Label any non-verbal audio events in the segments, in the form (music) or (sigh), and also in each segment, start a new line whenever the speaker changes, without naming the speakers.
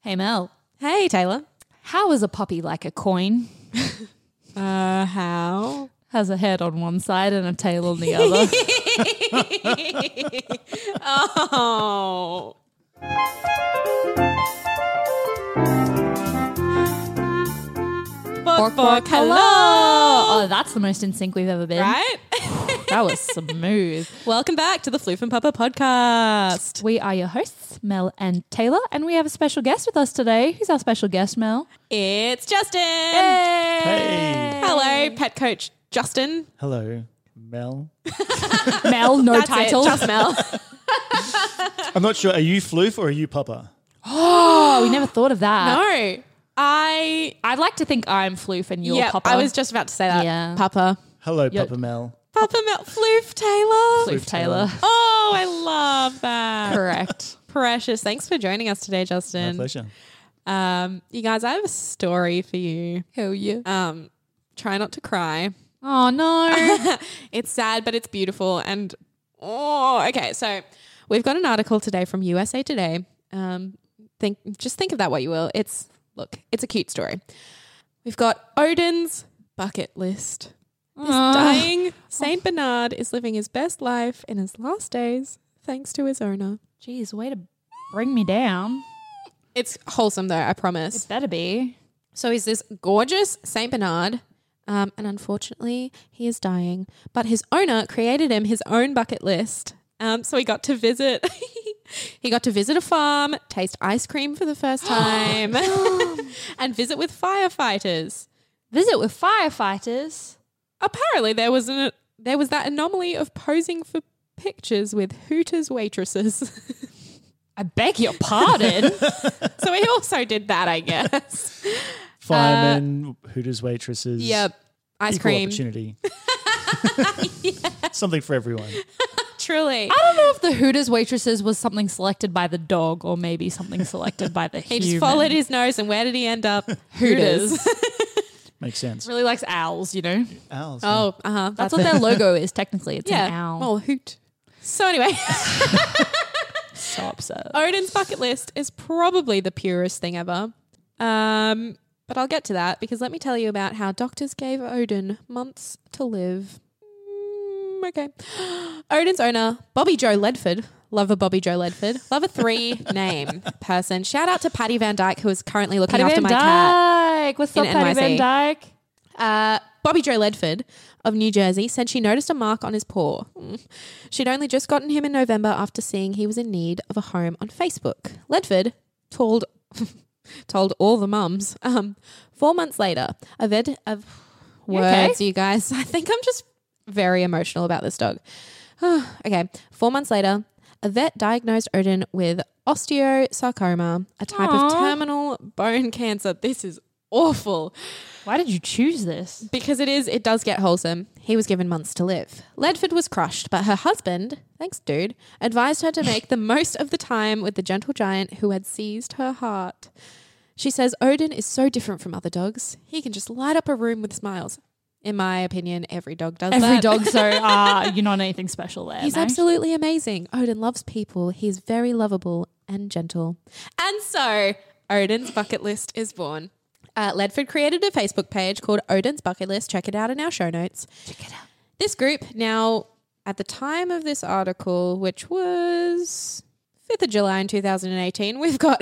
Hey Mel,
Hey, Taylor.
how is a puppy like a coin?
Uh, how?
Has a head on one side and a tail on the other.
(laughs) Oh. Bork, bork, hello.
Oh, that's the most in sync we've ever been.
Right? (laughs)
That was smooth.
Welcome back to the Floof and Papa podcast.
We are your hosts, Mel and Taylor, and we have a special guest with us today. Who's our special guest,
(laughs)
Mel?
It's Justin.
Hey.
Hello, pet coach Justin.
Hello, Mel.
Mel, no
That's
title.
it, just Mel.
I'm not sure. Are you Floof or are you Papa?
oh, we never thought of that.
(laughs) no, I.
I'd like to think I'm Floof and you're
Yeah,
Papa.
I was just about to say that.
Yeah.
Papa.
Hello,
Yo-
Papa Mel.
Papa Mel. Floof Taylor.
Floof Taylor.
Oh, I love that.
Correct.
Precious. Thanks for joining us today,
My
Justin.
pleasure.
uh,
Um, you guys, I have a story for you.
Hell yeah.
Um, try not to cry.
(laughs) Oh
(laughs)
no.
It's sad, but it's beautiful. And oh, okay. So we've got an article today from USA Today. Um, think just think of that what you will. It's look, it's a cute story. We've got Odin's bucket list. This
Ah.
dying Saint Bernard is living his best life in his last days, thanks to his owner.
Jeez, way to bring me down.
It's wholesome though, I promise.
Better be.
So he's this gorgeous Saint Bernard, um, and unfortunately, he is dying. But his owner created him his own bucket list. Um, so he got to visit. (laughs) he got to visit a farm, taste ice cream for the first time, (laughs) and visit with firefighters.
Visit with firefighters.
Apparently, there was an there was that anomaly of posing for pictures with Hooters waitresses. (laughs)
I beg your pardon.
so he also did that, I
(laughs)
guess.
Firemen, Hooters waitresses.
yep, ice
Equal
(laughs)
cream.
opportunity. (laughs) Something for everyone.
Truly,
I don't know if the Hooters waitresses was something selected by the dog or maybe something selected by the
he
human.
just followed his nose, and where did he
(laughs)
end up? (laughs)
Hooters.
Makes sense.
really likes owls, you know?
Owls.
Oh, uh huh.
uh-huh. That's what their logo is technically. It's
yeah.
an owl.
Well, hoot. So anyway, (laughs)
so upset.
Odin's bucket list is probably the purest thing ever. Um, but I'll get to that because let me tell you about how doctors gave Odin months to live. Mm, okay. (gasps) Odin's owner, Bobby Joe Ledford. Love a Bobby Joe Ledford. Love a three
(laughs)
name person. Shout out to Patty Van Dyke, who is currently looking
Patty
after
Van
my cat.
Dyke. What's
in
up, Patty Van
NYC.
Dyke?
Uh, Bobby Joe Ledford of New Jersey said she noticed a mark on his paw. Mm. She'd only just gotten him in November after seeing he was in need of a home on Facebook. Ledford told (laughs) told all the mums. Um, four months later, a vet of
okay?
words, you guys. (laughs) I think I'm just very emotional about this dog. (sighs) okay, four months later, a vet diagnosed Odin with osteosarcoma, a type
Aw.
of terminal bone cancer. This is awful.
Why did you choose this?
Because it is, it does get wholesome. He was given months to live. Ledford was crushed, but her husband, thanks, dude, advised her to make the most of the time with the gentle giant who had seized her heart. She says Odin is so different from other dogs. He can just light up a room with smiles. In my opinion, every dog does
Every
that.
dog, so uh, you're not anything special there.
He's
no?
absolutely amazing. Odin loves people. He's very lovable and gentle. And so Odin's bucket list is born. Uh, Ledford created a Facebook page called Odin's Bucket List. Check it out in our show notes. Check it out. This group now, at the time of this article, which was 5th of July in 2018, we've got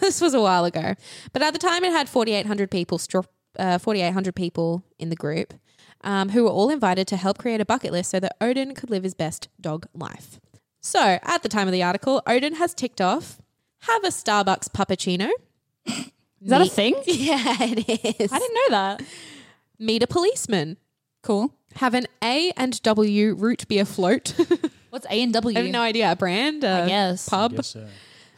this was a while ago, but at the time it had 4,800 people, str- uh, 4,800 people in the group um, who were all invited to help create a bucket list so that Odin could live his best dog life. So, at the time of the article, Odin has ticked off have a Starbucks
(laughs)
puppuccino.
Is that a thing?
Yeah, it is.
I didn't know that.
Meet a policeman.
(laughs) Cool.
Have an A and W root beer float. (laughs)
What's A and W?
I have no idea. A brand? A
guess.
Pub?
Yes, sir.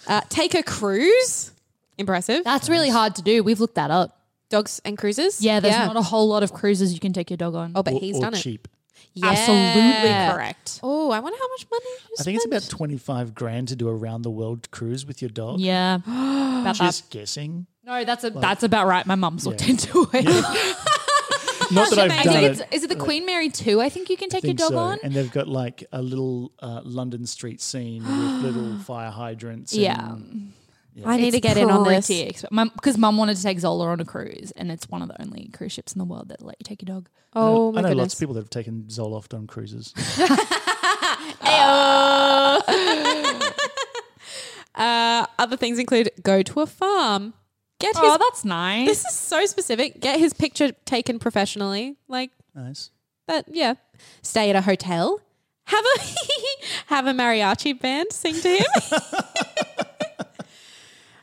Uh, take a cruise? Impressive.
That's really hard to do. We've looked that up.
Dogs and cruises?
Yeah, there's not a whole lot of cruises you can take your dog on.
Oh, but
Or-
he's
or
done it.
cheap.
Yeah.
Absolutely correct.
Oh, I wonder how much money.
I think it's about 25 grand to do a round the world cruise with your dog.
Yeah. (gasps) about that. (laughs)
Just guessing.
No, that's a, that's about right. My mum's looked into it.
Not that
I
I've done
think
it.
it's is it the Queen Mary 2 I think you can take
think
your dog
so.
on?
And they've got like a little uh, London street scene
(gasps)
with little fire hydrants.
Yeah.
and-
I need to get in on this.
Because mum wanted to take Zola on a cruise, and it's one of the only cruise ships in the world that let you take your dog.
Oh
I
my
know
goodness.
lots of people that have taken Zoloft on cruises. (laughs)
(laughs) Uh, other things include go to a farm. Get his.
Oh, that's nice.
this is so specific. Get his picture taken professionally. Like
nice.
that. Yeah. Stay at a hotel. Have a (laughs) have a mariachi band sing to
(laughs)
him.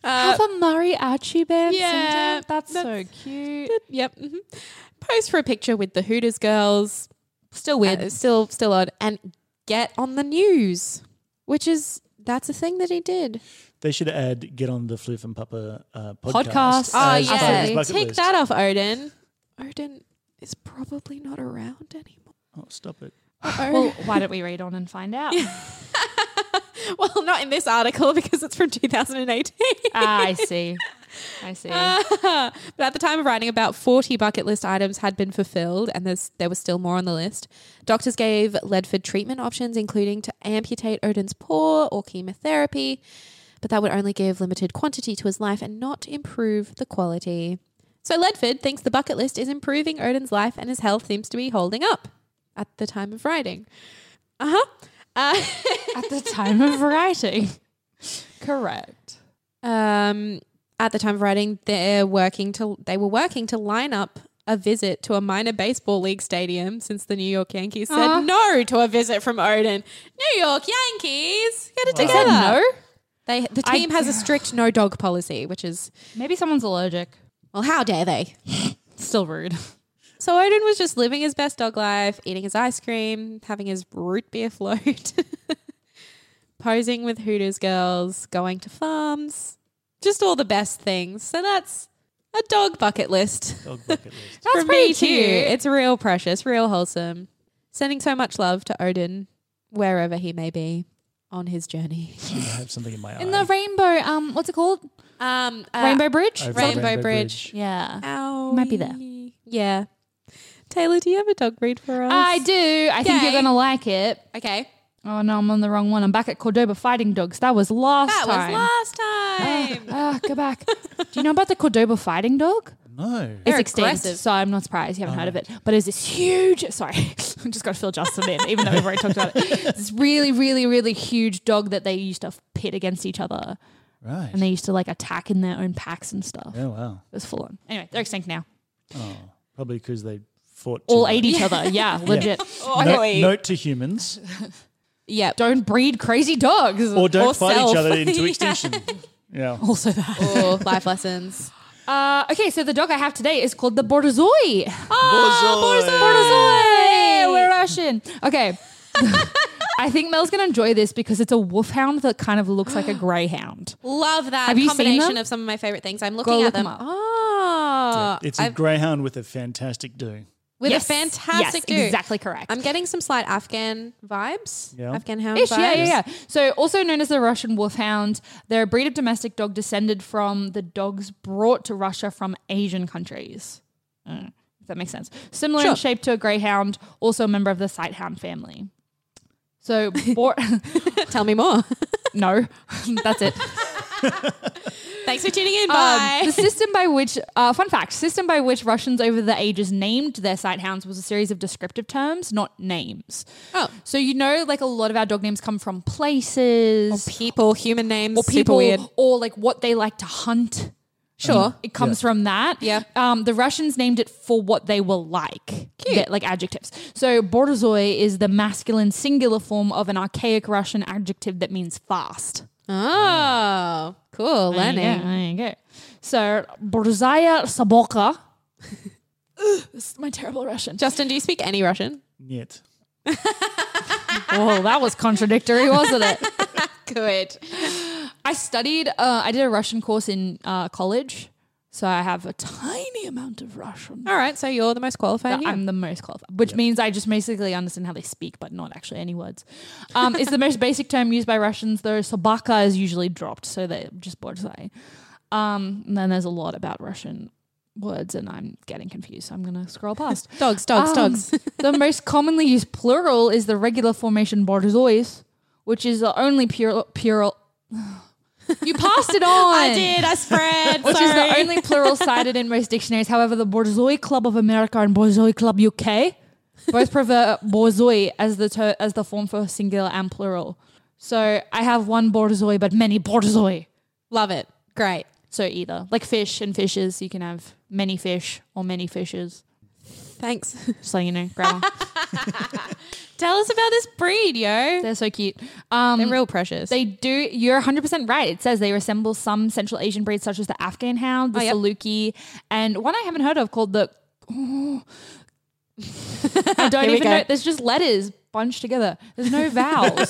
Uh,
Have a mariachi band.
Yeah,
sometime. that's,
that's-
so cute.
yep. mhm. Post for a picture with the Hooters girls.
Still weird.
Uh, still, still odd. And get on the news, which is that's a thing that he did.
They should add get on the Floof and Papa uh, podcast.
Podcast.
Oh
as part of
yeah,
his bucket
take
list.
that off, Odin. Odin is probably not around anymore.
Oh, stop it.
(laughs) well, why don't we read on and find out?
(laughs) Well, not in this article because it's from 2018.
Ah, I see. I see.
(laughs) but at the time of writing, about 40 bucket list items had been fulfilled, and there's, there was still more on the list. Doctors gave Ledford treatment options, including to amputate Odin's paw or chemotherapy, but that would only give limited quantity to his life and not improve the quality. So Ledford thinks the bucket list is improving Odin's life, and his health seems to be holding up at the time of writing. Uh-huh. Uh (laughs)
At the time of writing. Correct.
um, at the time of writing, they're working to they were working to line up a visit to a minor baseball league stadium since the New York Yankees said
Ah.
no to a visit from Odin. New York Yankees, get it
They
together.
said no.
They the
I- (sighs)
team has a strict no dog policy, which is
Maybe someone's allergic.
well, how dare they?
Still rude.
So Odin was just living his best dog life, eating his ice cream, having his root beer (laughs) float, posing with Hooters girls, going to farms, just all the best things. So that's a dog bucket list.
Dog bucket list. (laughs)
That's
For
pretty
me too.
cute.
It's real precious, real wholesome. Sending so much love to Odin, wherever he may be on his journey.
I have something in my
In
eye.
the rainbow, um, what's it called?
Um, uh,
Rainbow Bridge.
Over
Rainbow Bridge.
Yeah.
Ow.
Might be there.
Yeah. Taylor, do you have a dog breed for us?
I do. I think you're
Yay.
gonna like it.
Okay.
Oh no, I'm on the wrong one. I'm back at Cordoba Fighting Dogs. That was last
That
time.
was (sighs) last time.
(laughs)
(laughs)
Ah, go back. Do you know about the Cordoba Fighting Dog?
No.
It's
They're
extinct,
aggressive.
so I'm not surprised you haven't heard of it. But it's this huge. Sorry, (laughs) I just got to fill Justin in, even though we've already talked about it. This really, really, really huge dog that they used to pit against each other,
Right.
and they used to like attack in their own packs and stuff.
oh, wow.
It was full on. Anyway, they're extinct now.
Probably because they fought. too
All
much.
ate each other.
(laughs)
Yeah, legit.
Note, note
(laughs)
to humans.
yeah.
Don't breed crazy dogs.
Or don't
Or
fight
self. (laughs)
each other into extinction. yeah.
also that.
Or life lessons.
Uh, okay, so the dog I have today is called the Borzoi.
Borzoi.
Ah,
Borzoi! We're Russian. Okay. (laughs) I think Mel's going to enjoy this because it's a wolfhound that kind of looks
(gasps)
like a greyhound.
Love that
Have you seen
combination
them?
of some of my favorite things. I'm looking
Go
at
look
them.
them up.
Oh,
It's a greyhound with a fantastic do.
with
Yes.
a fantastic
yes,
do.
Exactly correct.
I'm getting some slight Afghan vibes.
Yeah.
Afghan hound
Ish,
vibes.
yeah, yeah, yeah. So, also known as the Russian Wolfhound, they're a breed of domestic dog descended from the dogs brought to Russia from Asian countries. Uh, if that makes sense. Similar in
Sure.
shape to a greyhound, also a member of the sighthound family.
(laughs)
So, bor-
Tell me more. (laughs)
no, (laughs) that's it.
Thanks for tuning in.
Um,
Bye.
the system by which, uh, fun fact, system by which Russians over the ages named their sighthounds was a series of descriptive terms, not names.
Oh.
So you know, like a lot of our dog names come from places,
Oh, people, human names,
or
super
people,
weird.
or like what they like to hunt.
Sure.
It comes from that.
Yeah.
Um, the Russians named it for what they were like, Their- like adjectives. So Borzoi is the masculine singular form of an archaic Russian adjective that means fast.
Oh, cool.
There you
Learning.
go, there you go. So Borzaya Saboka. Ugh, (laughs) this is my terrible Russian. (laughs)
Justin, do you speak any Russian?
Yet.
Whoa, Oh, that was contradictory, wasn't it?
Good.
(laughs) I studied, uh, I did a Russian course in uh, college. So I have a tiny amount of Russian.
All right, so you're the most
But
qualified here.
I'm the most qualified, which means I just basically understand how they speak, but not actually any words. Um, it's the (laughs) most basic term used by Russians, though "sobaka" is usually dropped, so they just borzai. Um, and then there's a lot about Russian words, and I'm getting confused, so I'm gonna scroll past.
dogs, dogs,
Um,
dogs. (laughs)
the most commonly used plural is the regular formation borzois, which is the only plural. plural (sighs) you passed
(laughs)
it on.
I did. I (laughs) spread.
Which
sorry.
is the only
(laughs)
plural cited in most dictionaries. However, the Borzoi Club of America and Borzoi Club UK
(laughs)
both prefer Borzoi as the ter- as the form for singular and plural. So I have one Borzoi, but many Borzoi.
Love it. Great.
So either like fish and fishes, you can have many fish or many fishes.
Thanks. (laughs)
Just so you know, grammar.
Tell us about this breed, yo.
They're so cute. Um,
They're real precious.
They do. You're 100% right. It says they resemble some Central Asian breeds, such as the Afghan hound, the
yep.
Saluki, and one I haven't heard of called the.
(laughs)
I don't
Here we
even
go.
know. There's just letters bunched together. There's no
(laughs)
vowels.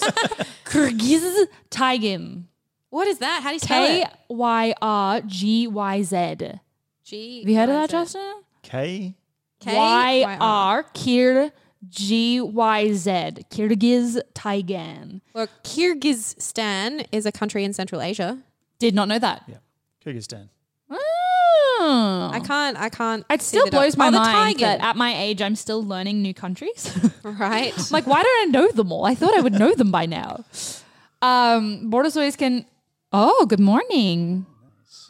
Kyrgyz Taigan.
what is that? How do you spell
K
it?
Y R G Y Z. Have
G.
you heard of that, Justin?
K.
K
Y R Kir G Y Z. Kyrgyz Taigan.
Well, Kyrgyzstan is a country in Central Asia.
Did not know that.
Yeah. Kyrgyzstan.
Oh.
I can't. I can't.
It
see
still
the doc-
blows my
Oh, the
mind
tiger.
that at my age I'm still learning new countries.
(laughs)
(laughs)
right.
like, why don't I know them all? I thought I would know them by now. Um, Bordozois can. Oh, good morning.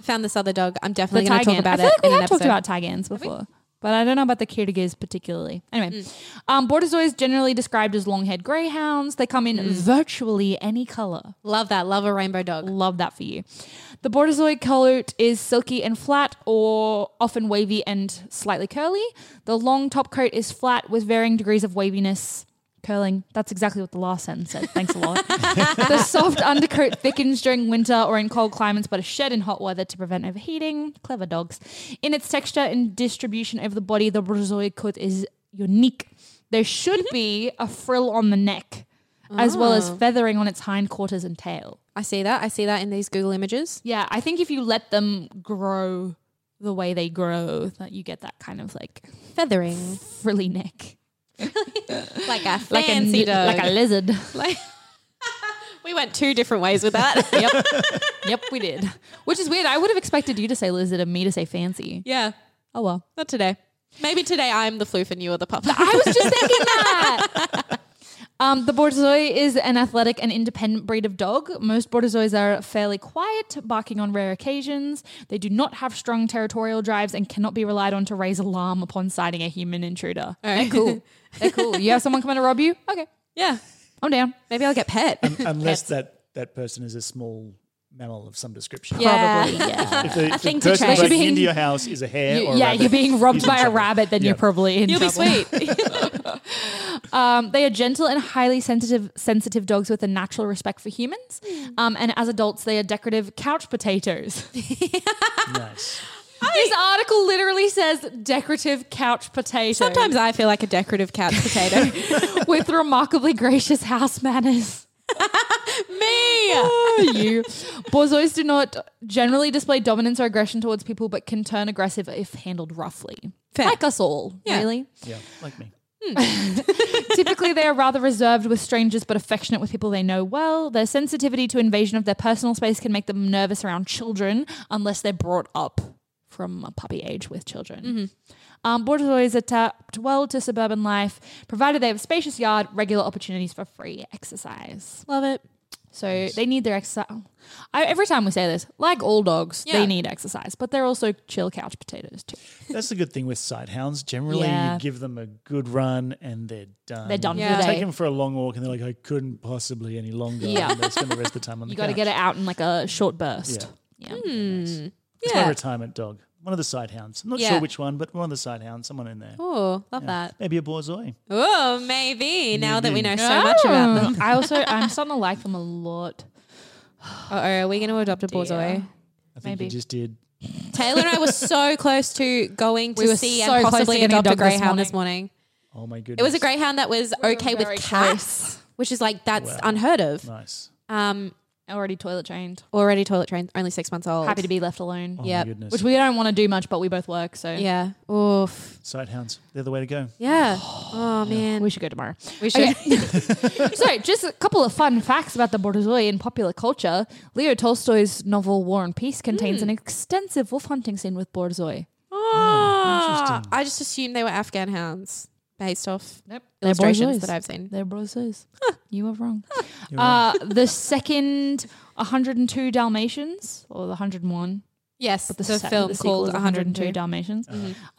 Found this other dog. I'm
The
definitely going to
Tigan.
talk about
I feel
it.
like we
in an
have talked
episode.
about Tigans before, but I don't know about the Kyrgyz particularly. Anyway,
Mm.
um, Bordozois generally described as long-haired greyhounds. They come in
Mm.
virtually any color.
Love that. Love a rainbow dog.
Love that for you. The Borderzoi coat is silky and flat, or often wavy and slightly curly. The long top coat is flat with varying degrees of waviness. Curling. That's exactly what the last sentence said. Thanks a lot. the soft undercoat thickens during winter or in cold climates, but is shed in hot weather to prevent overheating. Clever dogs. In its texture and distribution over the body, the Borderzoi coat is unique. There should be a frill on the neck, as well as feathering on its hindquarters and tail.
I see that. I see that in these Google images.
Yeah, I think if you let them grow the way they grow, that you get that kind of like
Feathering,
frilly neck,
(laughs) like a
like
fancy
a
dog.
(laughs) like a lizard.
Like- (laughs) we went two different ways with that.
(laughs) yep, yep, we did. Which is weird. I would have expected you to say lizard and me to say fancy.
yeah.
Oh well,
Not today. Maybe today I'm the floof and you are the
(laughs)
pup.
I was just thinking that. (laughs) Um, the Borderzoi is an athletic and independent breed of dog. Most Borderzois are fairly quiet, barking on rare occasions. They do not have strong territorial drives and cannot be relied on to raise alarm upon sighting a human intruder. They're cool. They're cool. You have someone coming to rob you? Okay,
(laughs) yeah.
I'm down.
Maybe I'll get pet.
Um, (laughs)
Unless that, that person is a small mammal of some
(laughs)
description.
Yeah.
Probably, yeah.
If the, if the
Things are
person
changing.
breaking into
Being-
your house is a hare or a
yeah,
rabbit,
you're
(laughs)
being robbed
he's in
by a
trouble.
rabbit, then you're
Yeah.
probably in
(laughs) You'll be
trouble.
sweet.
(laughs) Um, they are gentle and highly sensitive sensitive dogs with a natural respect for humans. Um, and as adults, they are decorative couch (laughs) potatoes.
Nice.
this article literally says decorative couch potatoes.
Sometimes I feel like a decorative couch potato.
(laughs) with remarkably gracious house manners. Me, (laughs) you. Borzois do not generally display dominance or aggression towards people, but can turn aggressive if handled roughly.
Fair.
Like us all,
Yeah.
really.
Yeah, like me.
Typically, they are rather reserved with strangers but affectionate with people they know well. Their sensitivity to invasion of their personal space can make them nervous around children unless they're brought up from a puppy age with children.
Mm-hmm.
Um, Borderzois adapt well to suburban life, provided they have a spacious yard, regular opportunities for free exercise.
Love it.
So they need their exercise. I, every time we say this, like all dogs,
Yeah.
they need exercise, but they're also chill couch potatoes too.
That's the good thing with sight hounds. Generally,
Yeah.
you give them a good run and they're done.
They're done for
Um, Yeah.
the
Take
day.
them for a long walk and they're like, I couldn't possibly any longer.
Yeah.
And they spend the rest of the
(laughs)
time on
You
the
got to
couch.
get it Mm. out in like a short burst.
Hmm.
yeah.
It's my
Yeah.
retirement dog. One of the sight hounds. I'm not
Yeah.
sure which one, but one of the sight hounds. Someone in there.
Oh, love that.
Maybe a borzoi.
Oh, maybe. Now that we know so
Oh.
much about them.
I also I'm starting to like them a lot. Ah.
Uh oh, are we going to adopt a borzoi?
I think
Maybe.
you just did.
(laughs)
Taylor and I were so close to going to
We were
see
so
and
close
possibly
to getting a
adopt a
dog this
greyhound this morning.
Oh my goodness.
It was a greyhound that was okay with
very
cats, which is like that's unheard of.
Nice.
Um,
Already toilet trained.
already toilet trained, only six months old.
Happy to be left alone.
Oh
Yep.
my goodness.
Which we don't want to do much, but we both work, so
Yeah. Oof.
Sight hounds. They're the way to go.
(sighs)
Yeah. Oh man.
we should go tomorrow. (laughs)
We should.
so, just a couple of fun facts about the Borzoi in popular culture. Leo Tolstoy's novel War and Peace contains an extensive wolf hunting scene with Borzoi.
Ah,
interesting.
I just assumed they were Afghan hounds based off
Nope.
illustrations that I've seen.
They're Borzois. you are wrong. Uh, the second 102 Dalmatians, or the 101,
Yes,
but
the,
se-
film
the sequel
called
is
102.
Dalmatians.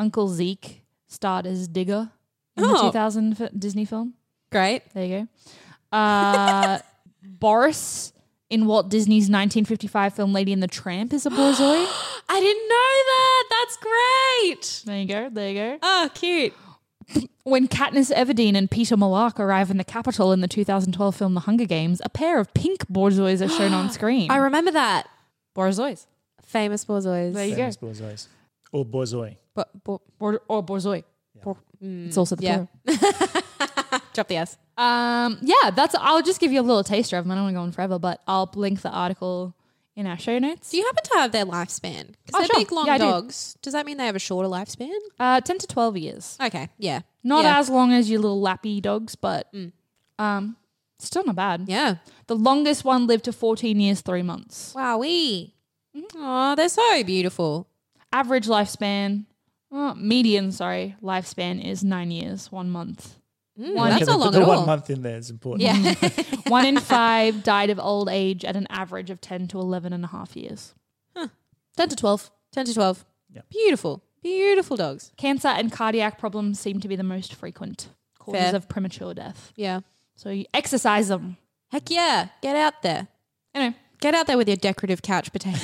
Uncle Zeke starred as Digger in the
Oh.
2000 f- Disney film.
Great.
There you go. Uh, Boris in Walt Disney's 1955 film Lady and the Tramp is a Borzoi.
I didn't know that. That's great.
there you go. There you go.
Oh, cute.
When Katniss Everdeen and Peter Malark arrive in the capital in the 2012 film The Hunger Games, a pair of pink Borzois are shown on screen.
I remember that.
Borzois.
Famous Borzois.
There you
Famous Borzois. Or Borzoi.
Bo- bo-
Bor- or Borzoi. It's also the
yeah.
plural.
Drop the S.
Um, yeah, that's. I'll just give you a little taster of them. I don't want to go on forever, but I'll link the article in our show notes.
Do you happen to have their lifespan? Because
Oh,
they're
sure.
big, long
Yeah, I do.
dogs. Does that mean they have a shorter lifespan?
Uh, ten to twelve years.
Okay. Yeah.
Not
yeah. Mm.
as long as your little lappy dogs, but um, still not bad.
Yeah.
The longest one lived to fourteen years three months.
Wowee. Oh, they're so beautiful.
Average lifespan, uh, median, sorry, lifespan is nine years one
(laughs)
month.
Mm,
One-
that's
Yeah,
not
but
long
the
at all.
one month in there is important.
Yeah.
one in five died of old age at an average of ten to eleven and a half years.
10 to 12. 10 to 12.
Yeah.
Beautiful. Beautiful dogs.
Cancer and cardiac problems seem to be the most frequent causes
Fair.
of premature death.
Yeah.
So you exercise them.
Heck yeah. Get out there.
Anyway,
Get out there with your decorative couch potato.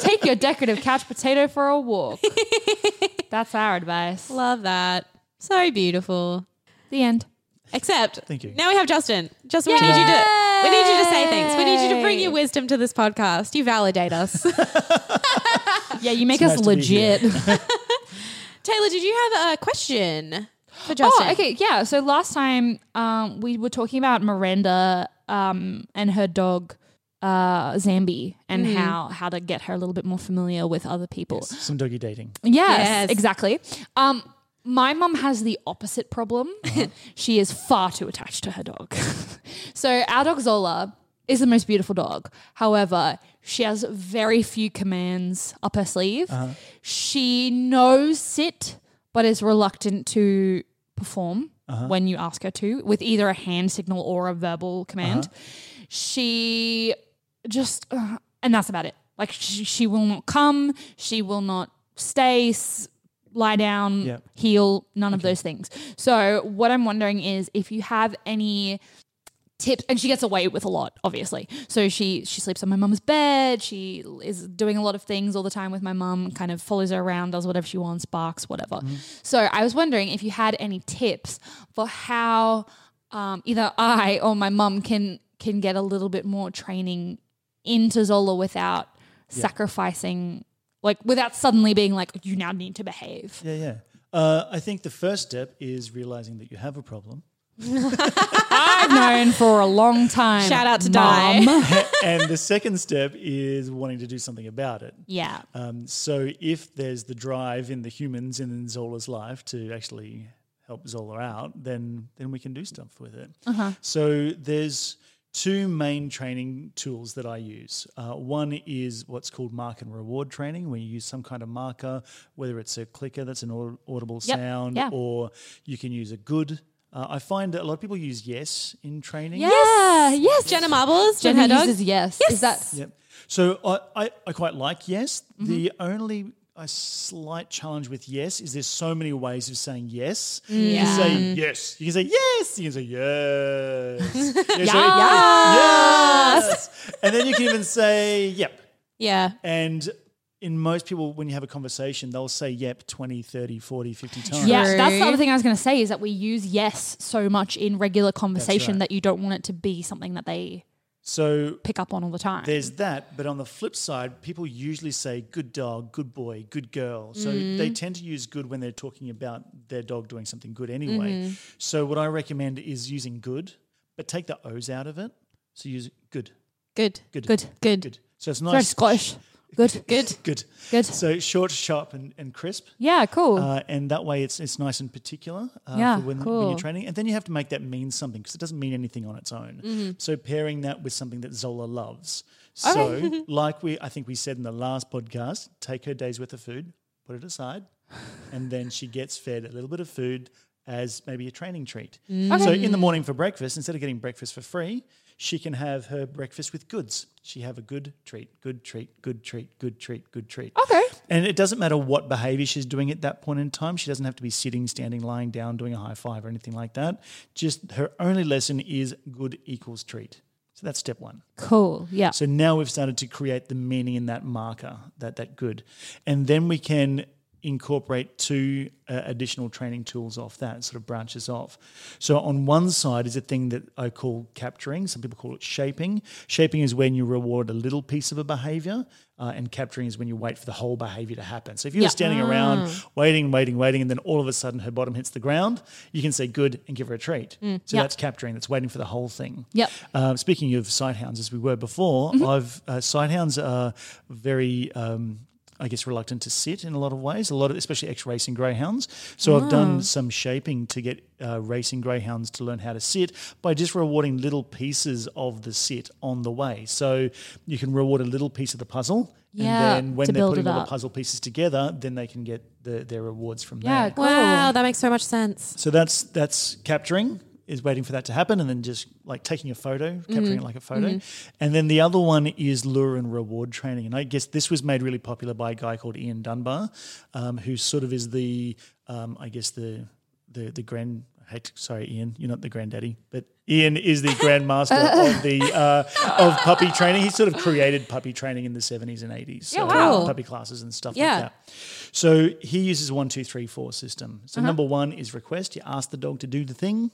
take your decorative couch potato for a (laughs) walk. That's our advice.
Love that. So beautiful.
The end.
Except
Thank you.
now we have Justin. Justin, we need you to we need you to say things. We need you to bring your wisdom to this podcast. You validate us.
Yeah, you make
It's
us
nice to be here.
legit. (laughs)
Taylor, did you have a question for Justin?
oh, okay. Yeah. So last time um, we were talking about Miranda um, and her dog uh, Zambi and how how to get her a little bit more familiar with other people.
Some doggy dating.
Yes,
Yes.
exactly. Um, my mum has the opposite problem. (laughs) she is far too attached to her dog. (laughs) so our dog Zola is the most beautiful dog. However, she has very few commands up her sleeve. She knows sit, but is reluctant to perform when you ask her to, with either a hand signal or a verbal command. She just uh, and that's about it like she, she will not come she will not stay s- lie down
Yeah.
heal none of those things so what i'm wondering is if you have any tips and she gets away with a lot obviously so she she sleeps on my mum's bed she is doing a lot of things all the time with my mum kind of follows her around does whatever she wants barks whatever so i was wondering if you had any tips for how um, either i or my mum can can get a little bit more training into zola without sacrificing like without suddenly being like you now need to behave
Yeah, yeah. Uh, I think the first step is realizing that you have a problem
(laughs)
(laughs)
i've known for a long time
Shout out to
Mum.
and the second step is wanting to do something about it.
(laughs) yeah
Um, so if there's the drive in the humans and in Zola's life to actually help Zola out, then then we can do stuff with it.
Uh-huh.
So there's two main training tools that I use. Uh, one is what's called mark and reward training, where you use some kind of marker, whether it's a clicker that's an au- audible
Yep.
sound,
Yeah.
or you can use a good. Uh, I find that a lot of people use yes in training.
Yes. Yes. Jenna Marbles. Jenna,
jenna
her dog.
uses yes. is that
Yep. So I, I, I quite like yes.
Mm-hmm.
The only a slight challenge with yes is there's so many ways of saying yes. You
Mm. Yeah.
can say yes. You can say yes. You can say
(laughs)
yes. You can say yes. And then you can even say yep.
Yeah.
And in most people, when you have a conversation, they'll say yep 20, 30, 40, 50 times.
Yeah, that's the
True.
other thing I was going to say is that we use yes so much in regular conversation that you don't want it to be something that they
So
pick up on all the time.
there's that, but on the flip side, people usually say good dog, good boy, good girl. So they tend to use good when they're talking about their dog doing something good anyway. So what I recommend is using good, but take the O's out of it. So use good,
Good.
good,
Good.
Good.
good. So it's
Very
nice,
Scottish. Good.
Good.
good,
Good.
So short, sharp, and, and crisp.
Yeah, cool.
Uh, and that way, it's it's nice and particular uh,
Yeah,
for when, when
cool.
you're training. And then you have to make that mean something because it doesn't mean anything on its own.
Mm-hmm.
So pairing that with something that Zola loves. So,
(laughs)
like we, I think we said in the last podcast, take her days worth of food, put it aside, and then she gets fed a little bit of food as maybe a training treat. So in the morning for breakfast, instead of getting breakfast for free, she can have her breakfast with goods. She have a good treat, good treat, good treat, good treat, good treat.
okay.
And it doesn't matter what behavior she's doing at that point in time. She doesn't have to be sitting, standing, lying down, doing a high five or anything like that. Just her only lesson is good equals treat. So that's step one.
Cool. Yeah.
So now we've started to create the meaning in that marker, that that good, and then we can incorporate two uh, additional training tools off that sort of branches off. So on one side is a thing that I call capturing. Some people call it shaping. Shaping is when you reward a little piece of a behavior, uh, and capturing is when you wait for the whole behavior to happen. So if you're
Yeah. Ah.
standing around waiting, waiting, waiting, and then all of a sudden her bottom hits the ground, you can say good and give her a treat. so
Mm. yeah.
that's capturing. That's waiting for the whole thing.
Yep. Mm-hmm.
Um, speaking of sighthounds, as we were before, I've uh, sighthounds are very. Um, I guess reluctant to sit in a lot of ways, a lot of especially ex racing greyhounds. So I've done some shaping to get uh, racing greyhounds to learn how to sit by just rewarding little pieces of the sit on the way. So you can reward a little piece of the puzzle,
Yeah,
and then when
to
they're
build
putting
it
all the
up.
puzzle pieces together, then they can get the, their rewards from
Yeah,
there.
cool.
Wow, that makes so much sense.
So that's that's capturing is waiting for that to happen, and then just like taking a photo, capturing
Mm.
it like a photo,
Mm-hmm.
and then the other one is lure and reward training. And I guess this was made really popular by a guy called Ian Dunbar, um, who sort of is the um, I guess the the the grand. I hate to- Sorry, Ian, you're not the granddaddy, but Ian is the
(laughs)
grandmaster of the uh, of puppy training. He sort of created puppy training in the 70s and 80s, so
wow.
puppy classes and stuff
Yeah.
like that. So he uses one, two, three, four system. So number one is request. You ask the dog to do the thing.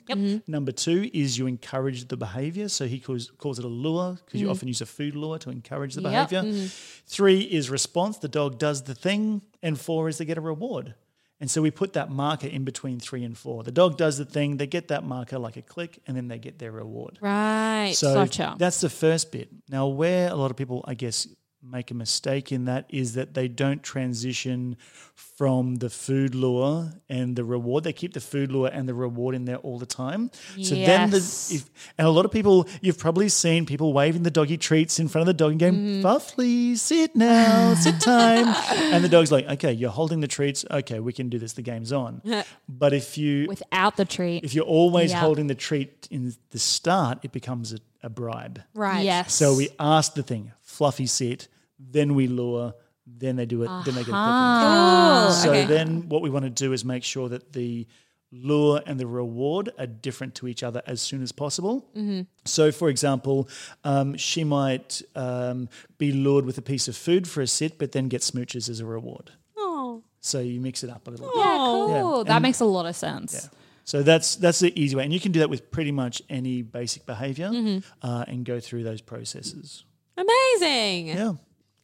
Number two is you encourage the behavior. So he calls, calls it a lure because you often use a food lure to encourage the
Yep.
behavior. Three is response. The dog does the thing. And four is they get a reward. And so we put that marker in between three and four. The dog does the thing. They get that marker like a click, and then they get their reward.
Right.
So
Gotcha.
that's the first bit. Now, where a lot of people, I guess, make a mistake in that is that they don't transition from the food lure and the reward. They keep the food lure and the reward in there all the time. So then, the,
Yes.
if, and a lot of people, you've probably seen people waving the doggy treats in front of the dog and going,
Mm-hmm.
"Buffly, sit now, sit
(laughs)
time," and the dog's like, "Okay, you're holding the treats. Okay, we can do this. The
(laughs)
game's on." but if you
Without the treat.
if you're always
Yeah.
holding the treat in the start, it becomes a, a bribe.
Right.
Yes.
So we ask the thing, fluffy sit, then we lure, then they do it, then they get a
Cool.
So
okay.
then what we want to do is make sure that the lure and the reward are different to each other as soon as possible.
Mm-hmm.
So, for example, um, she might um, be lured with a piece of food for a sit, but then get smooches as a reward.
Oh.
So you mix it up a little bit.
yeah, cool.
Yeah,
That makes a lot of sense.
So that's that's the easy way, and you can do that with pretty much any basic behavior,
Mm-hmm.
uh, and go through those processes.
Amazing.
Yeah,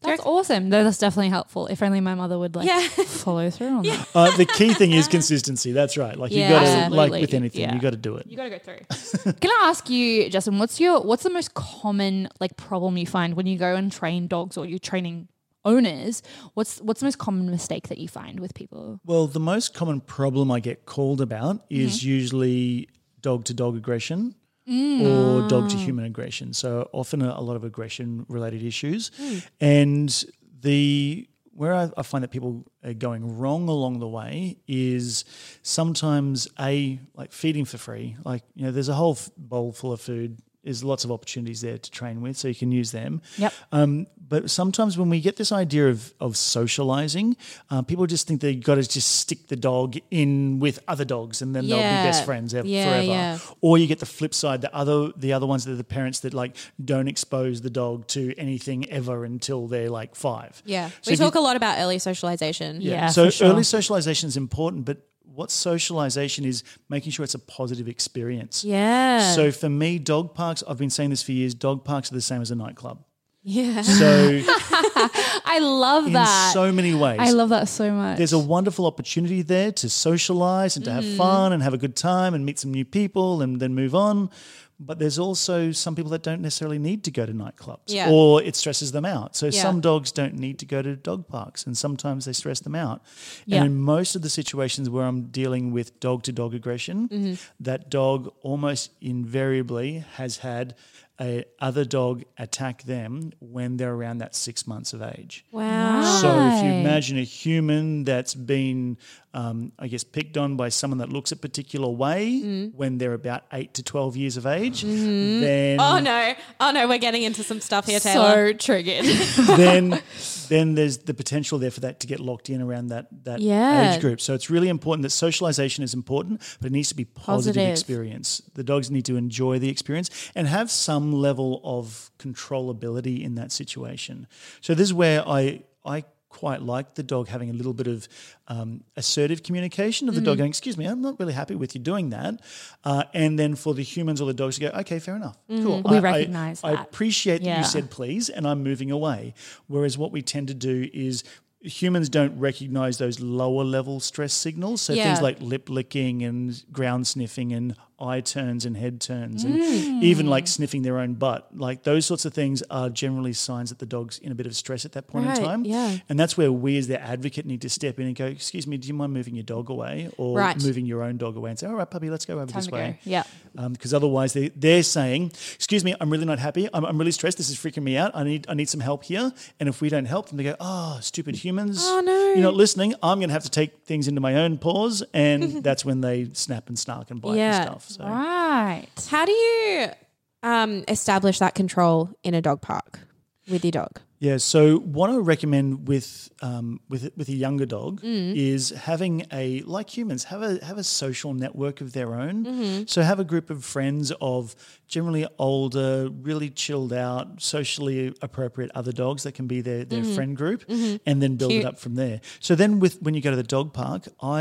That's awesome. Though That's definitely helpful. If only my mother would like
Yeah.
(laughs) follow through on that.
uh, the key thing is consistency. That's right. Like
Yeah,
you got to like
absolutely.
with anything,
Yeah.
you got to do it.
You gotta go through. (laughs) Can I ask you, Justin, what's your what's the most common like problem you find when you go and train dogs or you're training owners? What's what's the most common mistake that you find with people?
Well, the most common problem I get called about is usually dog to dog aggression or dog to human aggression. So often a, a lot of aggression related issues, and the where I, I find that people are going wrong along the way is sometimes a like feeding for free. Like you know, there's a whole f- bowl full of food. There's lots of opportunities there to train with, so you can use them.
Yep.
Um, but sometimes when we get this idea of of socializing, uh, people just think they got to just stick the dog in with other dogs, and then they'll
Yeah.
be best friends ev-
Yeah,
forever.
yeah.
Or you get the flip side, the other the other ones that are the parents that like don't expose the dog to anything ever until they're like five.
Yeah.
So
we
if you-
talk a lot about early socialization.
Yeah,
so
for sure.
early socialization is important, but what socialization is making sure it's a positive experience.
Yeah.
So for me, dog parks, I've been saying this for years, dog parks are the same as a
(laughs)
nightclub.
yeah.
So
I love
in
that.
so many ways.
I love that so much.
there's a wonderful opportunity there to socialize and to
Mm-hmm.
have fun and have a good time and meet some new people and then move on. But there's also some people that don't necessarily need to go to nightclubs
Yeah.
or it stresses them out. So
Yeah.
some dogs don't need to go to dog parks and sometimes they stress them out.
Yeah.
And in most of the situations where I'm dealing with dog to dog aggression,
Mm-hmm.
that dog almost invariably has had a other dog attack them when they're around that six months of age.
wow.
So if you
Right.
imagine a human that's been, um, I guess, picked on by someone that looks a particular way when they're about eight to twelve years of age, then
Oh no. Oh no, we're getting into some stuff here,
so
Taylor.
triggered. (laughs)
then then there's the potential there for that to get locked in around that that
Yeah.
age group. So it's really important that socialization is important, but it needs to be positive,
Positive.
experience. The dogs need to enjoy the experience and have some level of controllability in that situation. So this is where I I quite like the dog having a little bit of um, assertive communication of the
Mm.
dog going, "Excuse me, I'm not really happy with you doing that," uh, and then for the humans or the dogs to go, "Okay, fair enough, cool,
Mm-hmm. We
I- I-
recognize
I
that."
appreciate that
Yeah.
you said please and I'm moving away. Whereas what we tend to do is humans don't recognize those lower level stress signals. So
Yeah.
things like lip licking and ground sniffing and eye turns and head turns and even like sniffing their own butt. Like those sorts of things are generally signs that the dog's in a bit of stress at that point
Right,
in time.
yeah.
And that's where we as their advocate need to step in and go, excuse me, do you mind moving your dog away? Or
Right.
moving your own dog away and say, all right, puppy, let's go over
Time
(laughs) this
to
way
go. Yeah.
because um, otherwise they, they're saying, excuse me, I'm really not happy. I'm, I'm really stressed. This is freaking me out. I need, I need some help here. And if we don't help them, they go, oh, stupid humans.
Oh, no.
You're not listening. I'm going to have to take things into my own paws. And (laughs) that's when they snap and snark and bite
Yeah.
and stuff. So
Right.
How do you um, establish that control in a dog park with your dog?
Yeah. So what I recommend with um, with with a younger dog
Mm.
is having a like humans have a have a social network of their own.
Mm-hmm.
So have a group of friends of generally older, really chilled out, socially appropriate other dogs that can be their their friend group, and then build
Mm-hmm. Cute.
it up from there. So then with when you go to the dog park, I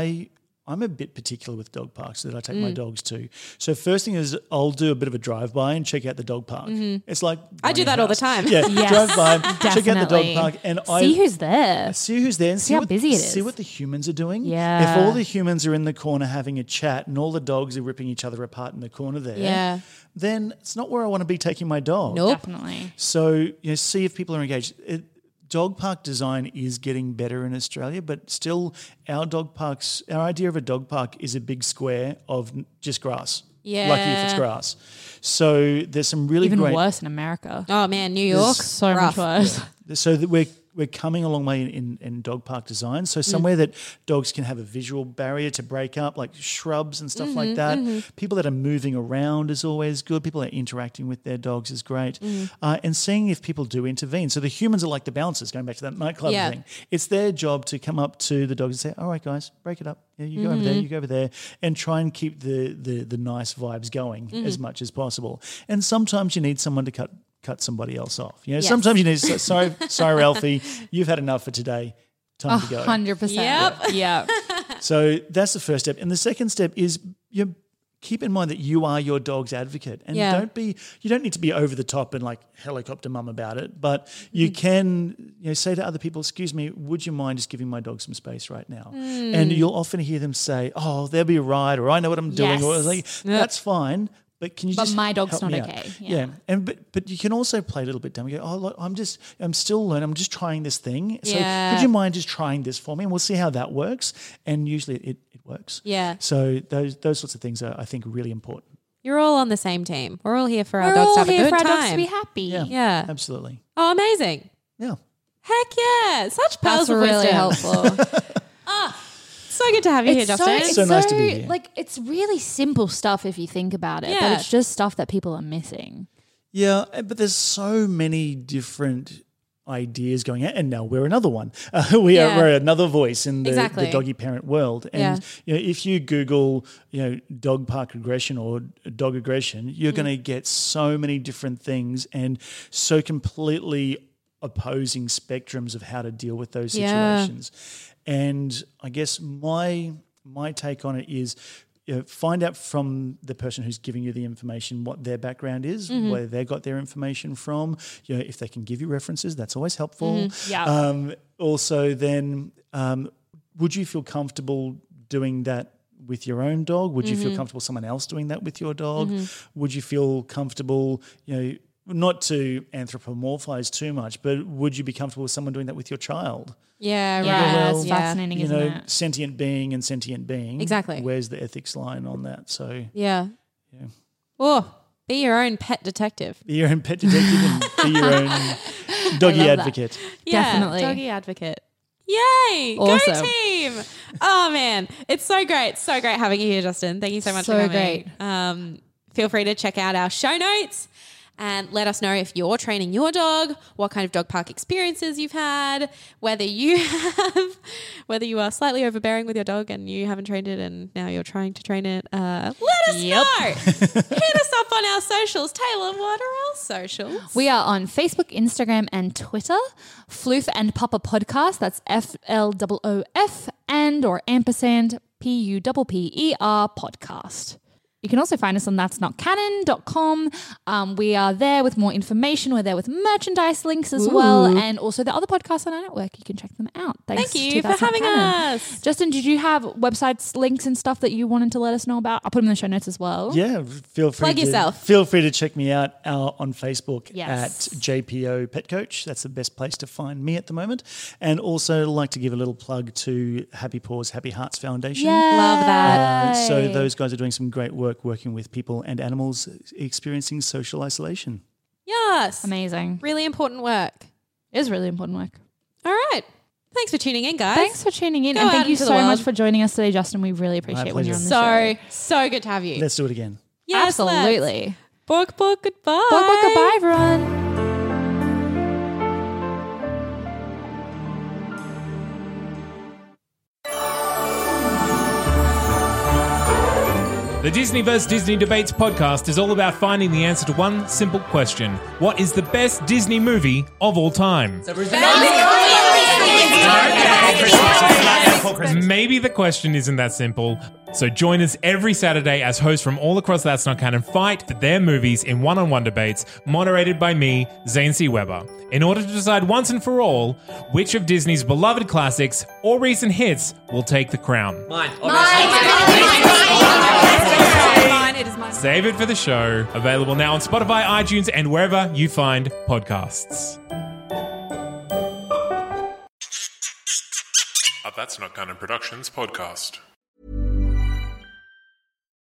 I'm a bit particular with dog parks that I take
Mm.
my dogs to. So first thing is I'll do a bit of a drive by and check out the dog park. It's like
Mm-hmm. I do
running
that all the
house.
time. (laughs)
Yeah,
Yes,
drive by, check out the
definitely.
dog park, and
See
I
who's there.
see who's there and see,
how
what,
busy it
See
is.
what the humans are doing.
Yeah.
If all the humans are in the corner having a chat and all the dogs are ripping each other apart in the corner there,
Yeah.
then it's not where I want to be taking my dog.
Nope.
Definitely.
So you know, see if people are engaged. It, dog park design is getting better in Australia, but still, our dog parks, our idea of a dog park is a big square of n- just grass. Lucky if it's
Yeah.
grass. So there's some really
Even
great.
worse in America.
Oh man, New York.
so much
rough.
worse.
so that we're we're coming a long way in, in, in dog park design. So somewhere that dogs can have a visual barrier to break up, like shrubs and stuff like that. People that are moving around is always good. People that are interacting with their dogs is great, uh, and seeing if people do intervene. So the humans are like the bouncers, going back to that nightclub
Yeah.
thing. It's their job to come up to the dogs and say, "All right, guys, break it up. Yeah, you go over there, you go over there," and try and keep the the, the nice vibes going as much as possible. And sometimes you need someone to cut cut somebody else off. You know, sometimes you need. to say, Sorry, sorry, Ralphie, you've had enough for today. Time to go.
Hundred percent.
(laughs)
Yep. Yeah.
So that's the first step. And the second step is you know, keep in mind that you are your dog's advocate and
Yeah.
don't be you don't need to be over the top and like helicopter mum about it, but
Mm-hmm.
you can you know say to other people, "Excuse me, would you mind just giving my dog some space right now?"
Mm.
And you'll often hear them say, "Oh, there'll be right," or "I know what I'm doing," or
Yes.
like, "That's fine." But can you
But
just
my dog's
help
not
me out?"
okay.
Yeah.
Yeah.
and but but you can also play a little bit dumb. You go, oh, look, I'm just I'm still learning. I'm just trying this thing. So
Yeah.
could you mind just trying this for me, and we'll see how that works. And usually it, it works.
Yeah.
So those those sorts of things are I think really important.
You're all on the same team. We're all here for our
We're
dogs
all
to have
here
a
for
good
our
time.
dogs to be happy.
Yeah.
Yeah.
Absolutely.
Oh, amazing.
Yeah.
Heck yeah. Such
That's
pearls of
really
wisdom. Ah,
helpful.
(laughs) So good to have you here, Justin.
So nice to be here.
Like it's really simple stuff if you think about it,
Yeah.
but it's just stuff that people are missing.
Yeah, eh, but there's so many different ideas going out, and now we're another one. (laughs) Uh, we
Yeah.
are we're another voice in the,
Exactly.
the doggy parent world. And you know, if you Google, you know, dog park aggression or dog aggression,
Mm.
you're going to get so many different things and so completely opposing spectrums of how to deal with those
Yeah.
situations. And I guess my my take on it is you know, find out from the person who's giving you the information what their background is, where they got their information from. You know, if they can give you references, that's always helpful.
Yeah.
Um, also, then, um, would you feel comfortable doing that with your own dog? Would you feel comfortable someone else doing that with your dog? Would you feel comfortable, you know, not to anthropomorphize too much, but would you be comfortable with someone doing that with your child?
Yeah,
yeah,
right.
it's
yeah.
fascinating,
you
isn't
know,
it?
sentient being and sentient being.
Exactly.
Where's the ethics line on that? So
Yeah. Oh, be your own pet detective.
be your own pet detective and be your own doggy advocate.
Yeah,
Definitely.
Doggy advocate. Yay!
Awesome.
Go team! Oh man, it's so great, so great having you here, Justin. Thank you so much
So
for coming. Great. Um, feel free to check out our show notes and let us know if you're training your dog, what kind of dog park experiences you've had, whether you (laughs) have, whether you are slightly overbearing with your dog and you haven't trained it and now you're trying to train it. Uh, let us
Yep. (laughs)
know. Hit us up on our socials. Taylor, what are our socials?
We are on Facebook, Instagram, and Twitter. Floof and Papa Podcast. That's F L O O F and or ampersand P U P P E R podcast. You can also find us on that's not canon.com. Um, we are there with more information. We're there with merchandise links as well, and also the other podcasts on our network. You can check them out. Thanks
Thank you
to
for
That's Not
having
Canon.
us.
Justin, did you have websites, links, and stuff that you wanted to let us know about? I'll put them in the show notes as well.
Yeah, feel free
Plug
to,
yourself.
Feel free to check me out uh, on Facebook
Yes.
at JPO Pet Coach. That's the best place to find me at the moment. And also like to give a little plug to Happy Paws, Happy Hearts Foundation.
Love that.
Uh, so those guys are doing some great work working with people and animals experiencing social isolation.
Yes.
Amazing.
Really important work.
It is really important work.
All right. Thanks for tuning in, guys.
Thanks for tuning in,
Go
and
out
thank you
into the
so
world.
much for joining us today, Justin. We really appreciate when you're on the
pleasure.
So,
show.
so good to have you.
Let's do it again.
Yes, let's.
Absolutely.
Bork, bork, goodbye.
Bye. Bye, goodbye, everyone.
The Disney vs. Disney Debates podcast is all about finding the answer to one simple question What is the best Disney movie of all time? Maybe the question isn't that simple. So join us every Saturday as hosts from all across That's Not Canon fight for their movies in one on one debates, moderated by me, Zane C. Weber, in order to decide once and for all which of Disney's beloved classics or recent hits will take the crown.
Mine, it is mine.
Save it for the show, available now on Spotify, iTunes, and wherever you find podcasts.
A That's Not Canon Productions podcast.